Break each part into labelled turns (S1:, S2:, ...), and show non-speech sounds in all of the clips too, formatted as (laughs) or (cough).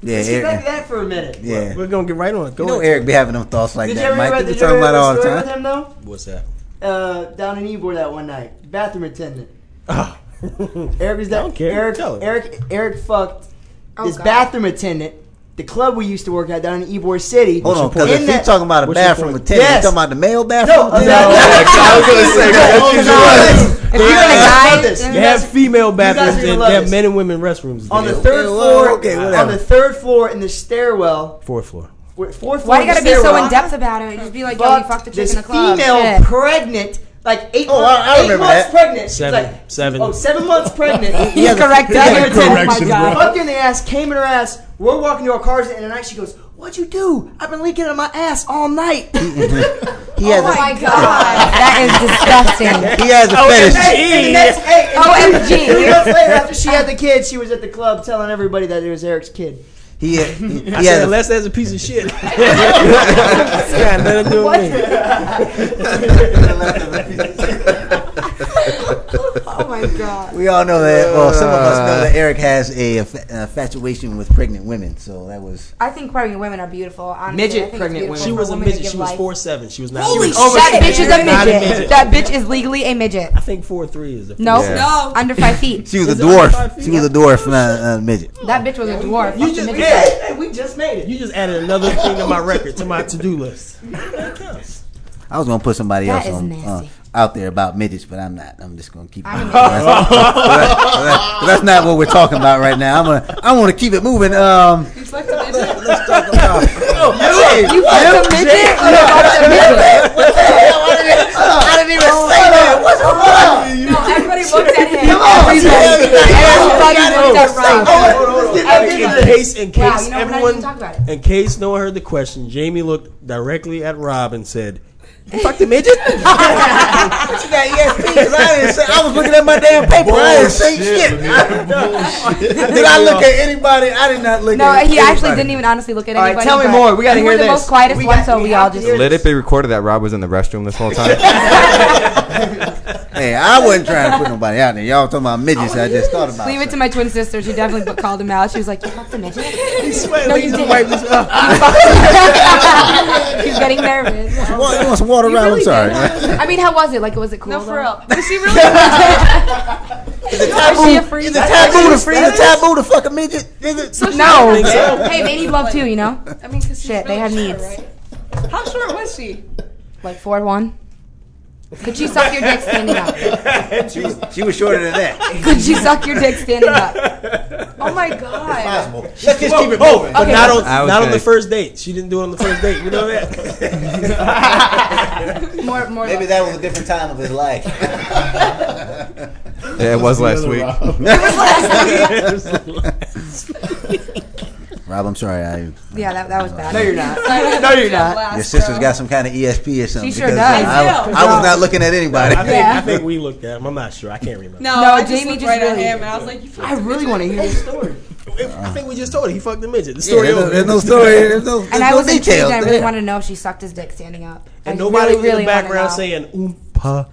S1: Yeah,
S2: Let's get back
S1: Eric,
S2: to that for a minute.
S1: yeah.
S3: We're gonna get right on. it. Go
S1: You know
S3: ahead.
S1: Eric be having them thoughts like
S2: Did you
S1: that,
S2: ever
S1: Mike.
S2: read
S1: You
S2: did
S1: be
S2: you
S1: talking
S2: ever read
S1: about it
S2: the
S1: all the
S2: story with
S1: time.
S2: him though?
S4: What's that?
S2: Uh, down in Ybor that one night, bathroom attendant.
S3: Ah.
S2: (laughs) Eric was that.
S3: don't care.
S2: Eric,
S3: Tell her.
S2: Eric, Eric fucked
S5: Oh,
S2: this
S5: God.
S2: bathroom attendant. The club we used to work at down in Ybor City.
S1: Hold on, because
S2: In
S1: if he's
S2: that-
S1: talking about a
S3: What's your
S1: bathroom
S3: point?
S1: attendant, you
S2: Yes.
S1: talking about the male
S2: No,
S1: bathroom.
S2: I'm
S1: attendant?
S2: not-
S4: I
S2: (laughs)
S4: was gonna say
S1: that's usually what-
S5: If you're in a guy,
S2: This.
S5: then
S3: They have female
S2: guys
S3: bathrooms
S2: are gonna
S3: and
S2: love
S3: they have
S2: this.
S3: men and women restrooms.
S2: on the
S3: there.
S1: Okay,
S2: third
S1: well,
S2: floor.
S1: okay,
S2: on
S1: whatever.
S2: the third floor in the stairwell.
S3: fourth floor.
S2: Fourth floor.
S5: Why you
S2: in the
S5: gotta be so
S2: stairwell,
S5: in depth about it? Just be like, yo, you
S2: fucked
S5: fucked a chick
S2: this
S5: in the club.
S2: female
S5: Shit.
S2: pregnant, like eight,
S1: Oh, I-
S2: months,
S1: I
S2: eight
S1: remember
S2: months
S1: that.
S2: pregnant. She's
S3: Seven.
S2: like,
S3: Seven.
S2: oh, seven months
S1: (laughs)
S2: pregnant.
S5: He's corrected.
S2: Bathroom attendant.
S5: oh my
S4: Correction,
S5: god.
S2: Fucked her in the ass, came in her ass. We're walking to our cars, and at night she goes, "What'd you do? I've been leaking on my ass
S1: (laughs)
S2: all night."
S1: He has
S5: Oh my
S1: a
S5: god. that is disgusting.
S1: he has a fetish.
S2: And the next, hey,
S5: Oh,
S2: and
S5: OMG.
S2: Three months later, after she had the kid, she was at the club telling everybody that it was
S1: (laughs)
S2: Eric's kid.
S1: He he- he
S3: I said,
S1: has a
S3: unless that's a piece of (laughs) shit. It's got nothing to do with me.
S5: Oh my god.
S1: We all know that. Well, some of us know that Eric has a aff- infatuation with pregnant women, so that was.
S5: I think pregnant women are beautiful. Honestly.
S2: Midget
S5: I think it's
S2: pregnant
S5: beautiful
S2: women.
S3: She
S5: for
S3: was a
S5: women to
S3: midget.
S5: give
S3: She was
S5: life.
S3: four seven. She was not.
S5: Holy
S3: Oh, she
S5: shit!
S3: was
S5: That bitch is a
S3: Not a
S5: midget.
S3: midget.
S5: That bitch is legally a midget.
S3: I think four three is a.
S5: No,
S4: Yeah.
S5: no, under
S1: (laughs)
S5: five feet.
S1: She was
S3: Is
S1: a
S3: it under
S1: dwarf.
S3: five feet?
S1: She was a dwarf, not a midget.
S5: That bitch was a dwarf.
S3: You
S5: Fuck the
S3: just-
S5: midget.
S3: yeah.
S2: Hey, we just made it.
S3: You just added another thing to my record, to my to do
S5: (laughs)
S3: list. That counts.
S1: I was gonna put somebody
S5: That
S1: else
S5: is
S1: on, uh,
S5: nasty.
S1: out there about midgets, but I'm not. I'm just gonna keep. It.
S5: I'm a midget.
S1: that's, that's- that's not what we're talking about right now. I'm gonna. I want to keep it moving. Um, let's talk about.
S5: You fucked a midget? You fucked a
S2: (laughs)
S5: midget?
S1: I didn't even say that. What's wrong?
S5: No, everybody looked at him.
S1: Come on,
S5: Everybody
S1: Jen.
S5: everybody
S3: In
S5: looked at Ryan.
S3: case, in case
S5: Wow, you know, we're not even
S3: everyone,
S5: talking about it.
S3: in case no one heard the question, Jamie looked directly at Rob and said, "You "Fuck the midget."
S1: You got ESP, 'cause I didn't say. I was looking at my damn paper. I didn't say shit. Did I look at anybody? I did not look.
S5: No,
S1: at
S5: he actually
S1: anybody.
S5: didn't even honestly look at
S2: All right,
S5: anybody.
S2: tell me
S5: but
S2: more. We gotta
S5: you
S2: hear
S5: were the
S2: this.
S5: most quietest
S2: We
S5: one,
S2: got-
S5: so
S2: we
S5: we
S2: have
S5: all
S2: to
S5: just.
S2: hear
S4: Let it be recorded that Rob was in the restroom this
S1: (laughs)
S4: whole time.
S1: Hey, I wasn't trying to put nobody out there. Y'all talking about midgets? I just thought about.
S5: Leave it to my twin sister. She definitely called him out. She was like, "You fucked a midget."
S3: Sweat
S5: (laughs) No, you
S3: leaves and
S5: didn't. (laughs)
S3: wipes his- uh,
S5: He's (laughs) getting nervous.
S1: something. Wa- You want some water? Rob? I'm sorry.
S5: I mean, how was it? Like, was it cool?
S6: No, for
S5: though?
S6: real. Was
S5: (laughs)
S6: she really?
S5: Is she a freak?
S1: Is it taboo to freeze a taboo to fuck a midget? Is it?
S5: No.
S3: think so.
S5: Hey, they need love too, you know?
S6: I mean, because
S5: Shit, they have needs.
S6: How short was she?
S5: Like four one. Could she suck your dick standing up?
S1: She was, she was shorter than that.
S5: Could she suck your dick standing up?
S6: Oh my god.
S1: Let's just keep it
S3: oh,
S1: moving.
S3: but
S5: Okay.
S3: not on
S4: I was
S3: not on the
S4: gonna-
S3: first date. She didn't do it on the first date. You know that?
S5: More, more.
S1: Maybe
S5: love.
S1: that was a different time of his
S3: (laughs)
S1: life. (laughs)
S4: yeah, it was last week.
S1: Rob, I'm sorry. I,
S5: Yeah, that, that was bad.
S2: No, you're
S5: (laughs)
S2: not. no, (laughs) you're not.
S1: your sister's got some kind of ESP or something.
S5: She sure
S1: because
S5: does.
S1: I, I was- I was not looking at anybody.
S3: (laughs) I think
S5: Yeah.
S3: I think we looked at him. I'm not sure. I can't remember.
S6: No,
S5: No,
S6: I just
S5: Jamie
S6: looked
S5: just
S6: right
S5: really-
S6: at him and I was like, you
S2: I
S6: fucked
S2: really want to hear this story.
S3: If- I think we just told her he fucked the midget. The
S1: Yeah,
S3: story
S1: there's, no,
S3: over.
S1: there's no story. There's no, there's
S5: And I
S1: no
S5: was intrigued.
S1: details.
S5: and I really
S1: Yeah.
S5: wanted to know if she sucked his dick standing up.
S3: (laughs)
S5: I
S3: and nobody
S5: really, really
S3: in the
S5: wanna
S3: background
S5: know.
S3: saying oompa.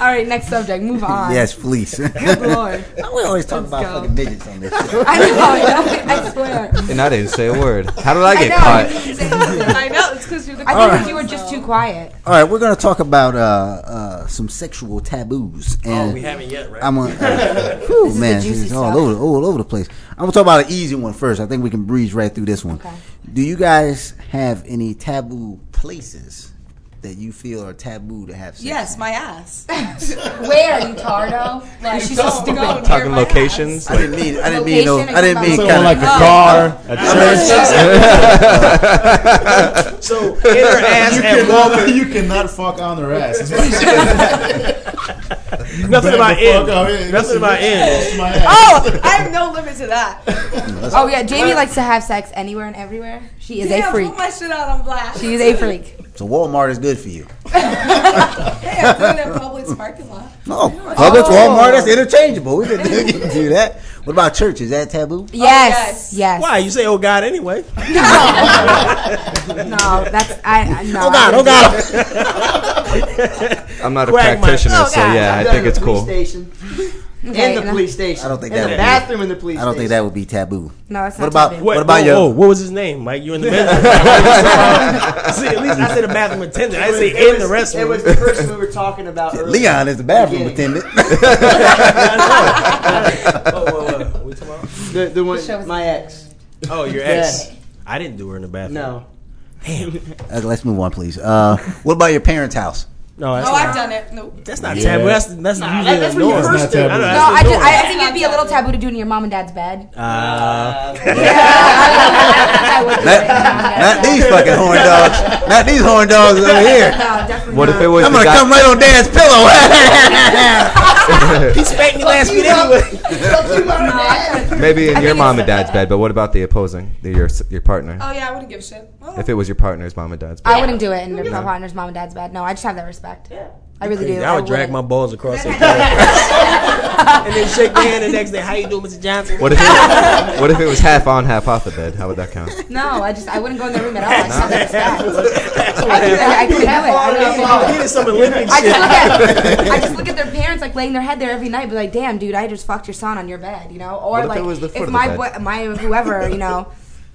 S5: All right, next subject. Move on.
S1: Yes,
S5: (laughs)
S1: please. (laughs)
S5: Good Lord.
S1: we always talk about
S5: go.
S1: fucking midgets on this. show.
S5: I know. I, I swear.
S4: And I didn't say a word. How did I
S5: I
S4: get
S5: know.
S4: caught?
S5: you didn't say anything.
S6: I know, it's because you're the
S5: I
S6: cool
S5: think
S6: one,
S5: you were
S6: so.
S5: just too quiet.
S1: All right, we're going to talk about uh, uh, some sexual taboos. And
S3: Oh, we haven't yet,
S1: (laughs)
S3: right? (laughs)
S1: I'm on. Uh, whew,
S5: is the
S1: man,
S5: juicy
S1: it's all
S5: stuff.
S1: over, all over the place. I'm gonna talk about an easy one first. I think we can breeze right through this one.
S5: Okay.
S1: Do you guys have any taboo places that you feel are taboo to have sex?
S6: Yes, my (laughs) ass.
S5: Where, you tardo? Like, she's so
S6: Don't go
S5: stupid.
S6: near
S4: Talking
S6: my ass.
S4: locations.
S1: I
S4: Like,
S1: didn't mean. I didn't mean. No,
S5: Location
S1: I didn't mean.
S5: and
S1: Kind
S7: like a
S1: of,
S7: car, a
S3: So in her ass at Walmart.
S7: you cannot fuck on their ass. That's what
S3: (laughs) Nothing about
S7: fuck
S3: in.
S7: out here.
S3: Nothing about in.
S7: That's my ass.
S6: Oh, I have no limit to that.
S5: Oh, yeah. Jamie likes to have sex anywhere and everywhere. She is
S6: Damn,
S5: a freak.
S6: put my Oh, shit out on blast.
S5: She is a freak.
S1: so Walmart is good for you.
S6: Hey, I'm doing it in Publix parking lot.
S5: Oh.
S1: No, Publix, Walmart, that's interchangeable. We can we can do that. What about church? Is that
S5: (laughs)
S1: taboo?
S5: Yes.
S6: yes.
S5: yes.
S3: Why you say oh god anyway?
S6: (laughs)
S5: No, that's I. I no,
S1: Oh God!
S5: I
S1: Oh
S5: didn't-
S1: God!
S4: I'm not a
S3: Quagmire.
S4: practitioner,
S5: Oh,
S4: so
S5: God.
S4: yeah, I think it's
S2: Police
S4: cool.
S2: Station.
S5: Okay,
S2: in the
S5: no.
S2: police station.
S1: I don't think
S2: in
S1: that
S2: the
S1: would be-
S2: bathroom in the police.
S1: I don't think
S2: station.
S1: that would be taboo.
S5: No, it's not.
S1: What about-
S5: taboo.
S1: What about your-
S3: Whoa, what was his name, Mike? You in the bathroom? (laughs) See, at least I said a bathroom attendant. I didn't
S2: It
S3: say in
S2: was-
S3: the restroom.
S2: It was
S3: (laughs)
S2: the person we were talking about. earlier.
S1: Leon is the bathroom
S2: Yeah.
S1: attendant. (laughs)
S3: (laughs) Oh, Whoa, whoa, whoa. We talking about?
S2: The, the one,
S5: show was-
S2: my ex.
S3: Oh, your ex. I didn't do her in the bathroom.
S2: No.
S1: Uh, let's move on, please. Uh, what about your parents' house?
S3: no, that's
S6: (laughs) Oh,
S3: not,
S6: I've done it. Nope.
S3: that's not
S7: Yeah.
S3: taboo. That's that's
S2: Nah,
S3: usually
S2: that's
S3: the
S2: when you
S3: norm.
S7: That's not
S2: first did.
S7: taboo.
S3: I know,
S5: No, I
S3: that's the
S5: just,
S3: norm.
S5: I think it'd be a little taboo to do it in your mom and dad's bed.
S3: Uh,
S1: (laughs)
S5: I would do it in your mom and dad's
S1: Not
S5: bed.
S1: these fucking horn dogs. Not these horn dogs over here.
S5: No, definitely
S4: What
S5: not.
S4: if it was
S1: I'm
S4: the
S1: gonna
S4: guy?
S1: come right on Dad's (laughs) pillow.
S4: (laughs)
S3: he spanked me last week anyway.
S5: No, I couldn't.
S4: Maybe in
S5: I
S4: your
S5: think
S4: mom
S5: it's
S4: and dad's bed, but what about the opposing, the, your your partner?
S1: Uh,
S6: Oh yeah, I wouldn't give a shit. Oh.
S4: If it was your partner's mom and dad's bed,
S5: I wouldn't do it in your partner's mom and dad's bed. No, I just have that respect. I really do.
S3: I would drag my
S5: wouldn't.
S3: balls across the bed and then shake my hand the next day. How you doing, Mr. Johnson? (laughs)
S4: what if it, what if it was half on, half off the bed? How would
S1: (laughs)
S4: that count?
S5: No, I just I wouldn't go in their room at all. I just have that
S4: (laughs)
S5: respect. I couldn't I couldn't do it. I really couldn't do it.
S3: He did some Olympic
S5: I
S3: shit.
S5: just, look at, I just look at their parents like laying their head there every night, be like, "Damn, dude, I just fucked your son on your bed," you know, or
S4: What if
S5: like
S4: it was the foot of
S5: if
S4: the
S5: my
S4: bed?
S5: boy, my whoever,
S2: (laughs)
S5: you know,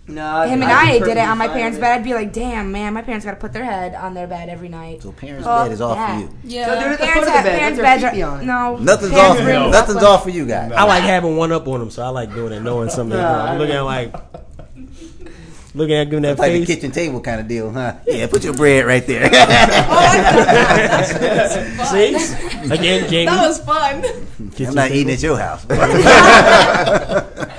S2: No.
S5: him and
S2: I'd
S5: I
S2: be
S5: did it on my
S2: perfectly
S5: parents'
S2: fine
S5: bed, I'd be like, "Damn, man, my parents got to put their head on their bed every night."
S1: so parents'
S5: Fuck
S1: bed is off
S5: that.
S1: for you.
S6: yeah.
S2: So they're at the foot of
S5: Parents
S2: the
S5: have
S2: bed.
S5: parents'
S2: Put their
S5: beds
S2: feet
S5: are
S2: on it.
S5: no
S1: Nothing's
S5: parents'
S1: off. For
S5: room
S1: you.
S5: is
S1: Nothing's
S5: off
S1: off for you guys.
S3: I like having one up on him, so I like doing it, knowing something.
S2: Nah, I
S3: I'm looking at like, looking at giving that
S1: Like the
S3: face.
S1: kitchen table kind of deal, huh? Yeah, put your bread right (laughs) there.
S3: See? Again, Jamie.
S6: That was fun.
S1: I'm
S3: kitchen
S1: not
S3: table.
S1: eating at your (laughs) house. all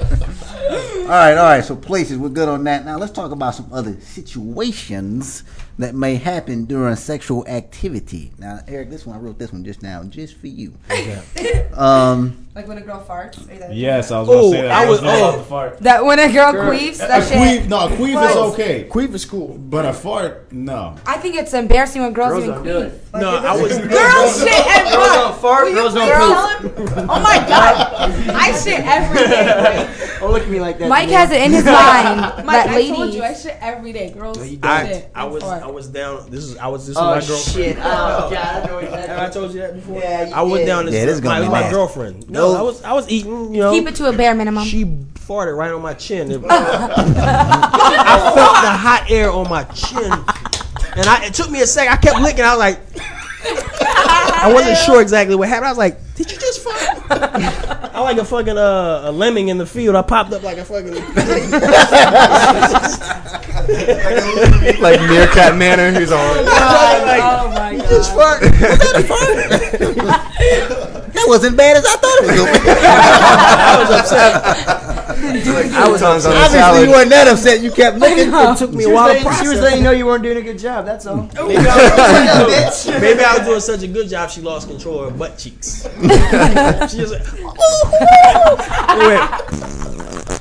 S1: right, all right. So places, we're good on that. Now let's talk about some other situations that may happen during sexual activity. Now, Eric, this one I wrote this one just now, just for you. Um,
S6: Like when a girl farts. Are you that-
S7: Yes, I was gonna
S3: Oh,
S7: say that.
S3: I
S7: I
S3: was-
S7: was about
S3: oh.
S7: to fart.
S5: That when a girl queefs, that
S7: A queef,
S5: shit.
S7: no, a queef is okay,
S3: Queef is cool.
S7: but a fart, no.
S5: I think it's embarrassing when girls, even queef.
S3: No, I was.
S6: Girls shit and
S2: Girls
S6: fart.
S2: don't fart. Girls don't poop.
S5: (laughs)
S6: Oh my god, I (laughs) shit every day.
S2: Don't look at me like that.
S5: Mike
S2: man.
S5: has it in his mind
S6: Mike,
S5: that
S6: I
S5: ladies.
S6: told you I shit every day. Girls shit.
S3: I, I
S6: and
S3: was
S6: fart.
S3: I was down. This is I was this
S2: Oh
S3: was my girlfriend.
S2: shit! Oh god! I know
S3: Have (laughs) I
S2: exactly.
S3: told you that before?
S2: Yeah, you
S3: I was
S2: did.
S3: down. This
S1: Yeah, this is gonna
S3: my,
S1: be
S3: my
S1: nasty.
S3: girlfriend. No,
S1: No.
S3: I was I was eating. You know,
S5: Keep it to a bare minimum.
S3: she farted right on my chin. It- I felt the hot air on my chin, and I it took me a sec. I kept licking. I was like, I wasn't sure exactly what happened. I was like, did you just fart? I like a fucking uh, a lemming in the field. I popped up like a fucking. (laughs)
S4: Like meerkat manor, who's
S1: (laughs)
S4: on?
S3: like,
S6: oh my god.
S3: just fart.
S1: that wasn't bad as I thought it was going to be.
S3: I was upset.
S4: I was on the
S1: Obviously,
S4: salad.
S1: you weren't that upset. You kept looking.
S3: It took me a while to
S2: She was letting- She was letting
S3: process.
S2: you know you weren't doing a good job. That's all.
S3: (laughs) Maybe I was doing such a good job, she lost control of her butt
S6: (laughs)
S3: cheeks. she was like, Wait.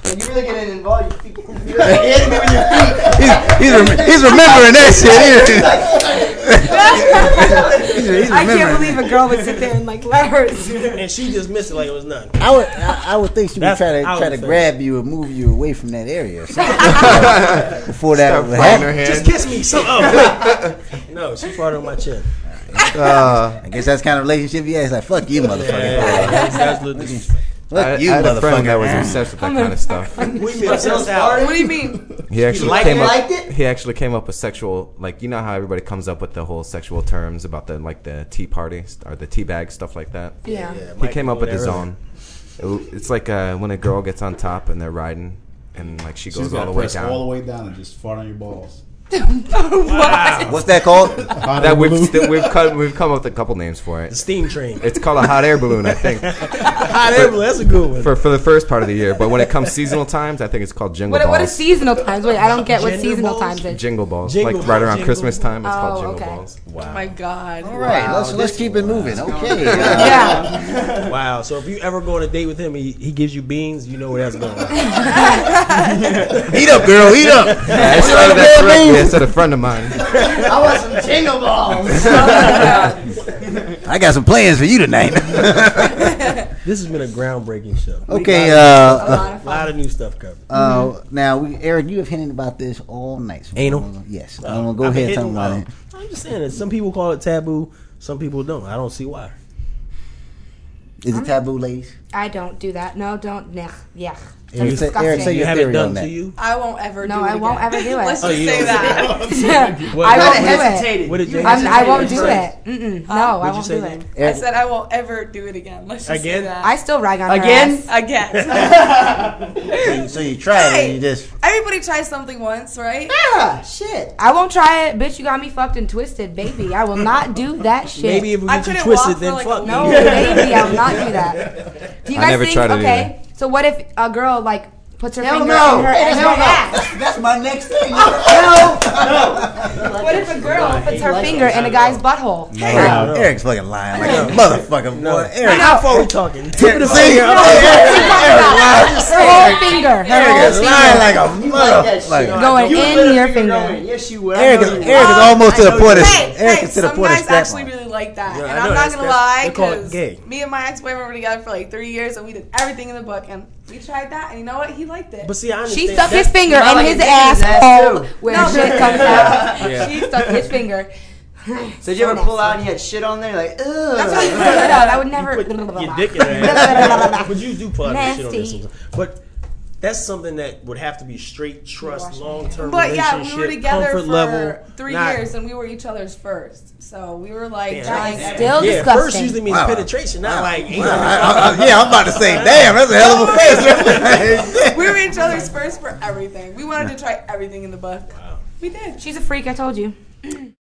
S2: And you really getting involved. You think-
S1: He's, he's, rem- he's remembering that
S4: (laughs)
S1: shit. He's, he's
S5: I can't
S1: remembering.
S5: believe a girl would sit there and like let her.
S3: and she just missed it like it was nothing.
S1: I would, I, I would think she would
S3: That's
S1: try to
S3: how I
S1: try to
S3: would say.
S1: grab you or move you away from that area or something
S4: (laughs)
S1: before that would
S4: Frying her
S1: happen.
S3: Just kiss
S4: hand.
S3: me. So, oh. no, she farted on my chin.
S4: Uh,
S1: I guess that's the kind of relationship you had. It's like, fuck you, motherfucker.
S3: That's- that's the- this-
S1: Fuck
S4: I, I
S1: you,
S4: had a friend that was
S1: motherfucker.
S4: obsessed with that kind of stuff.
S5: (laughs)
S3: we be obsessed out.
S2: Farted?
S6: What do you mean?
S4: He actually
S3: liked
S4: came
S3: it?
S4: up.
S2: Liked it?
S4: He actually came up with sexual, like you know how everybody comes up with the whole sexual terms about the like the tea party st- or the tea bag stuff like that.
S5: Yeah.
S4: He came up with his own. It- It's like uh, when a girl gets on top and they're riding, and like she
S7: She's
S4: goes all
S7: gotta
S4: the way
S7: press all the
S4: down.
S7: way down and just fart on your balls.
S1: What's that called?
S4: That we've st- we've come we've come up with a couple names for it.
S3: Steam train.
S4: It's called a hot air balloon, I
S7: (laughs)
S3: (laughs)
S4: think,
S3: Hot air balloon. That's a good one.
S4: for for the first part of the year. But when it comes seasonal times, I think it's called jingle
S5: What
S4: balls.
S5: what is seasonal times? Wait, I don't get what
S3: Gender
S5: seasonal
S3: balls?
S5: times is.
S4: Jingle balls,
S3: Jingle
S4: like right
S3: balls,
S4: around
S3: jingle
S4: Christmas time, it's
S5: Oh,
S4: called jingle
S5: okay.
S4: balls.
S6: Oh my god.
S1: All right, let's let's keep it moving.
S4: (laughs)
S1: Okay. Uh,
S5: Yeah.
S3: Wow. So if you ever go on a date with him, he, he gives you beans. You know where that's going.
S1: heat up, girl. Heat up.
S4: (laughs) Yeah, I said that correctly. I said a friend of mine.
S2: I want some jingle balls.
S1: I got some plans for you
S4: (laughs)
S1: tonight.
S3: This has been a groundbreaking show.
S1: okay. Uh,
S3: A lot of new stuff covered.
S1: uh, now, we, Eric, you have hinted about this all night. So
S3: Anal?
S1: I'm gonna- Yes. I'm gonna go
S3: I've been
S1: ahead and talk
S3: hitting,
S1: about
S3: uh,
S1: it.
S3: I'm just saying that some people call it taboo, some people don't. I don't see why.
S1: Is it taboo, ladies?
S5: I don't do that. No, don't. Nah, yeah.
S1: Eric,
S5: That's
S1: say- Eric,
S5: disgusting.
S1: say
S3: You
S1: your
S5: (laughs)
S3: have
S1: theory
S3: it done
S1: on
S3: to
S1: that.
S3: you?
S6: I won't ever
S5: No,
S6: do it.
S5: I won't
S6: again.
S5: ever
S6: (laughs)
S5: do it.
S6: Let's
S3: Oh,
S6: just
S3: you
S6: say
S3: don't- (laughs)
S6: that.
S3: What-
S5: I
S2: Kinda
S5: won't do it.
S2: hesitated.
S3: What did
S2: You
S3: James
S5: I'm, I
S2: hesitated
S5: won't
S2: at
S5: do
S2: first.
S5: it. Mm-mm. No, I
S3: What'd you
S5: won't
S3: say,
S5: do it.
S3: James?
S6: I
S1: Eric,
S6: said I won't ever do it again. Let's just
S3: Again?
S6: say that.
S5: I still rag on her
S2: Again?
S5: ass.
S6: again.
S1: (laughs) so, you, so you tried it and you just
S6: Everybody tries something once, right?
S2: Yeah, shit.
S5: I won't try it, bitch. You got me fucked and twisted, baby. I will not do
S3: (laughs)
S5: that shit.
S3: Maybe if we
S6: I
S3: get you
S6: couldn't
S3: twisted,
S6: walk for
S3: then
S6: like a
S3: fuck
S5: No,
S3: me.
S5: baby, I will not do
S4: (laughs)
S5: that. Do you
S4: I
S5: guys
S4: never
S5: think?
S4: tried it
S5: okay, so what if a girl like puts her
S1: Hell
S5: finger
S1: no.
S5: in her, in her
S1: Hell no.
S5: ass?
S1: That's my next thing.
S5: What if a girl puts her finger in a guy's butthole?
S1: Wow, Eric's fucking lying like a motherfucker. Boy, Eric.
S3: How
S5: (laughs)
S3: far we talking?
S1: Tip the finger up there. Eric, Eric, lying.
S5: Her whole finger, her
S1: Eric
S5: whole
S1: is
S5: finger.
S1: lying like a
S2: Like that shit.
S1: motherfucker.
S5: Going
S2: You
S5: in
S2: let her
S5: your
S2: go
S5: finger.
S2: in. Yes, you will. I
S1: Eric is
S2: know you will.
S1: Eric is
S6: Oh,
S1: almost to the point of
S6: Hey,
S1: Eric
S6: hey,
S1: is to the
S6: some
S1: point of
S6: guys
S1: step
S6: actually
S1: line.
S6: really like that,
S3: Yeah, I
S6: and
S3: know,
S6: I'm not
S3: that's-
S6: gonna
S3: that's-
S6: lie
S3: they call it
S6: because
S3: gay.
S6: me and my ex-boyfriend were together for like three years, and we did everything in the book, and we tried that, and you know what? He liked it.
S3: But see, I
S5: She
S3: understand.
S5: stuck his finger
S2: not
S5: in
S2: like
S5: his
S2: a dick in his ass,
S5: asshole
S2: too.
S5: where shit comes out. She stuck his finger.
S2: So did you ever pull out and you had shit on there? Like, ugh.
S5: (laughs) That's how you put it up. I would never.
S3: You put your dick in her
S6: (laughs)
S3: ass. but you do put out that shit on that
S5: Nasty.
S3: sometimes. But that's something that would have to be straight trust, long term
S6: But
S3: relationship,
S6: yeah, we were together
S3: comfort
S6: for
S3: level.
S6: three
S3: not-
S6: years, and we were each other's first. So we were like,
S3: Yeah,
S6: trying
S3: that's-
S5: (laughs) Still
S3: yeah, first
S5: disgusting.
S3: usually means
S1: Wow.
S3: penetration, not like
S1: I,
S3: ain't nothing
S1: I, I, yeah, I'm about to say, damn, that's a hell (laughs) of a (laughs) face.
S6: we were each other's first for everything. We wanted to try everything in the book. We did.
S5: She's a freak. I told you.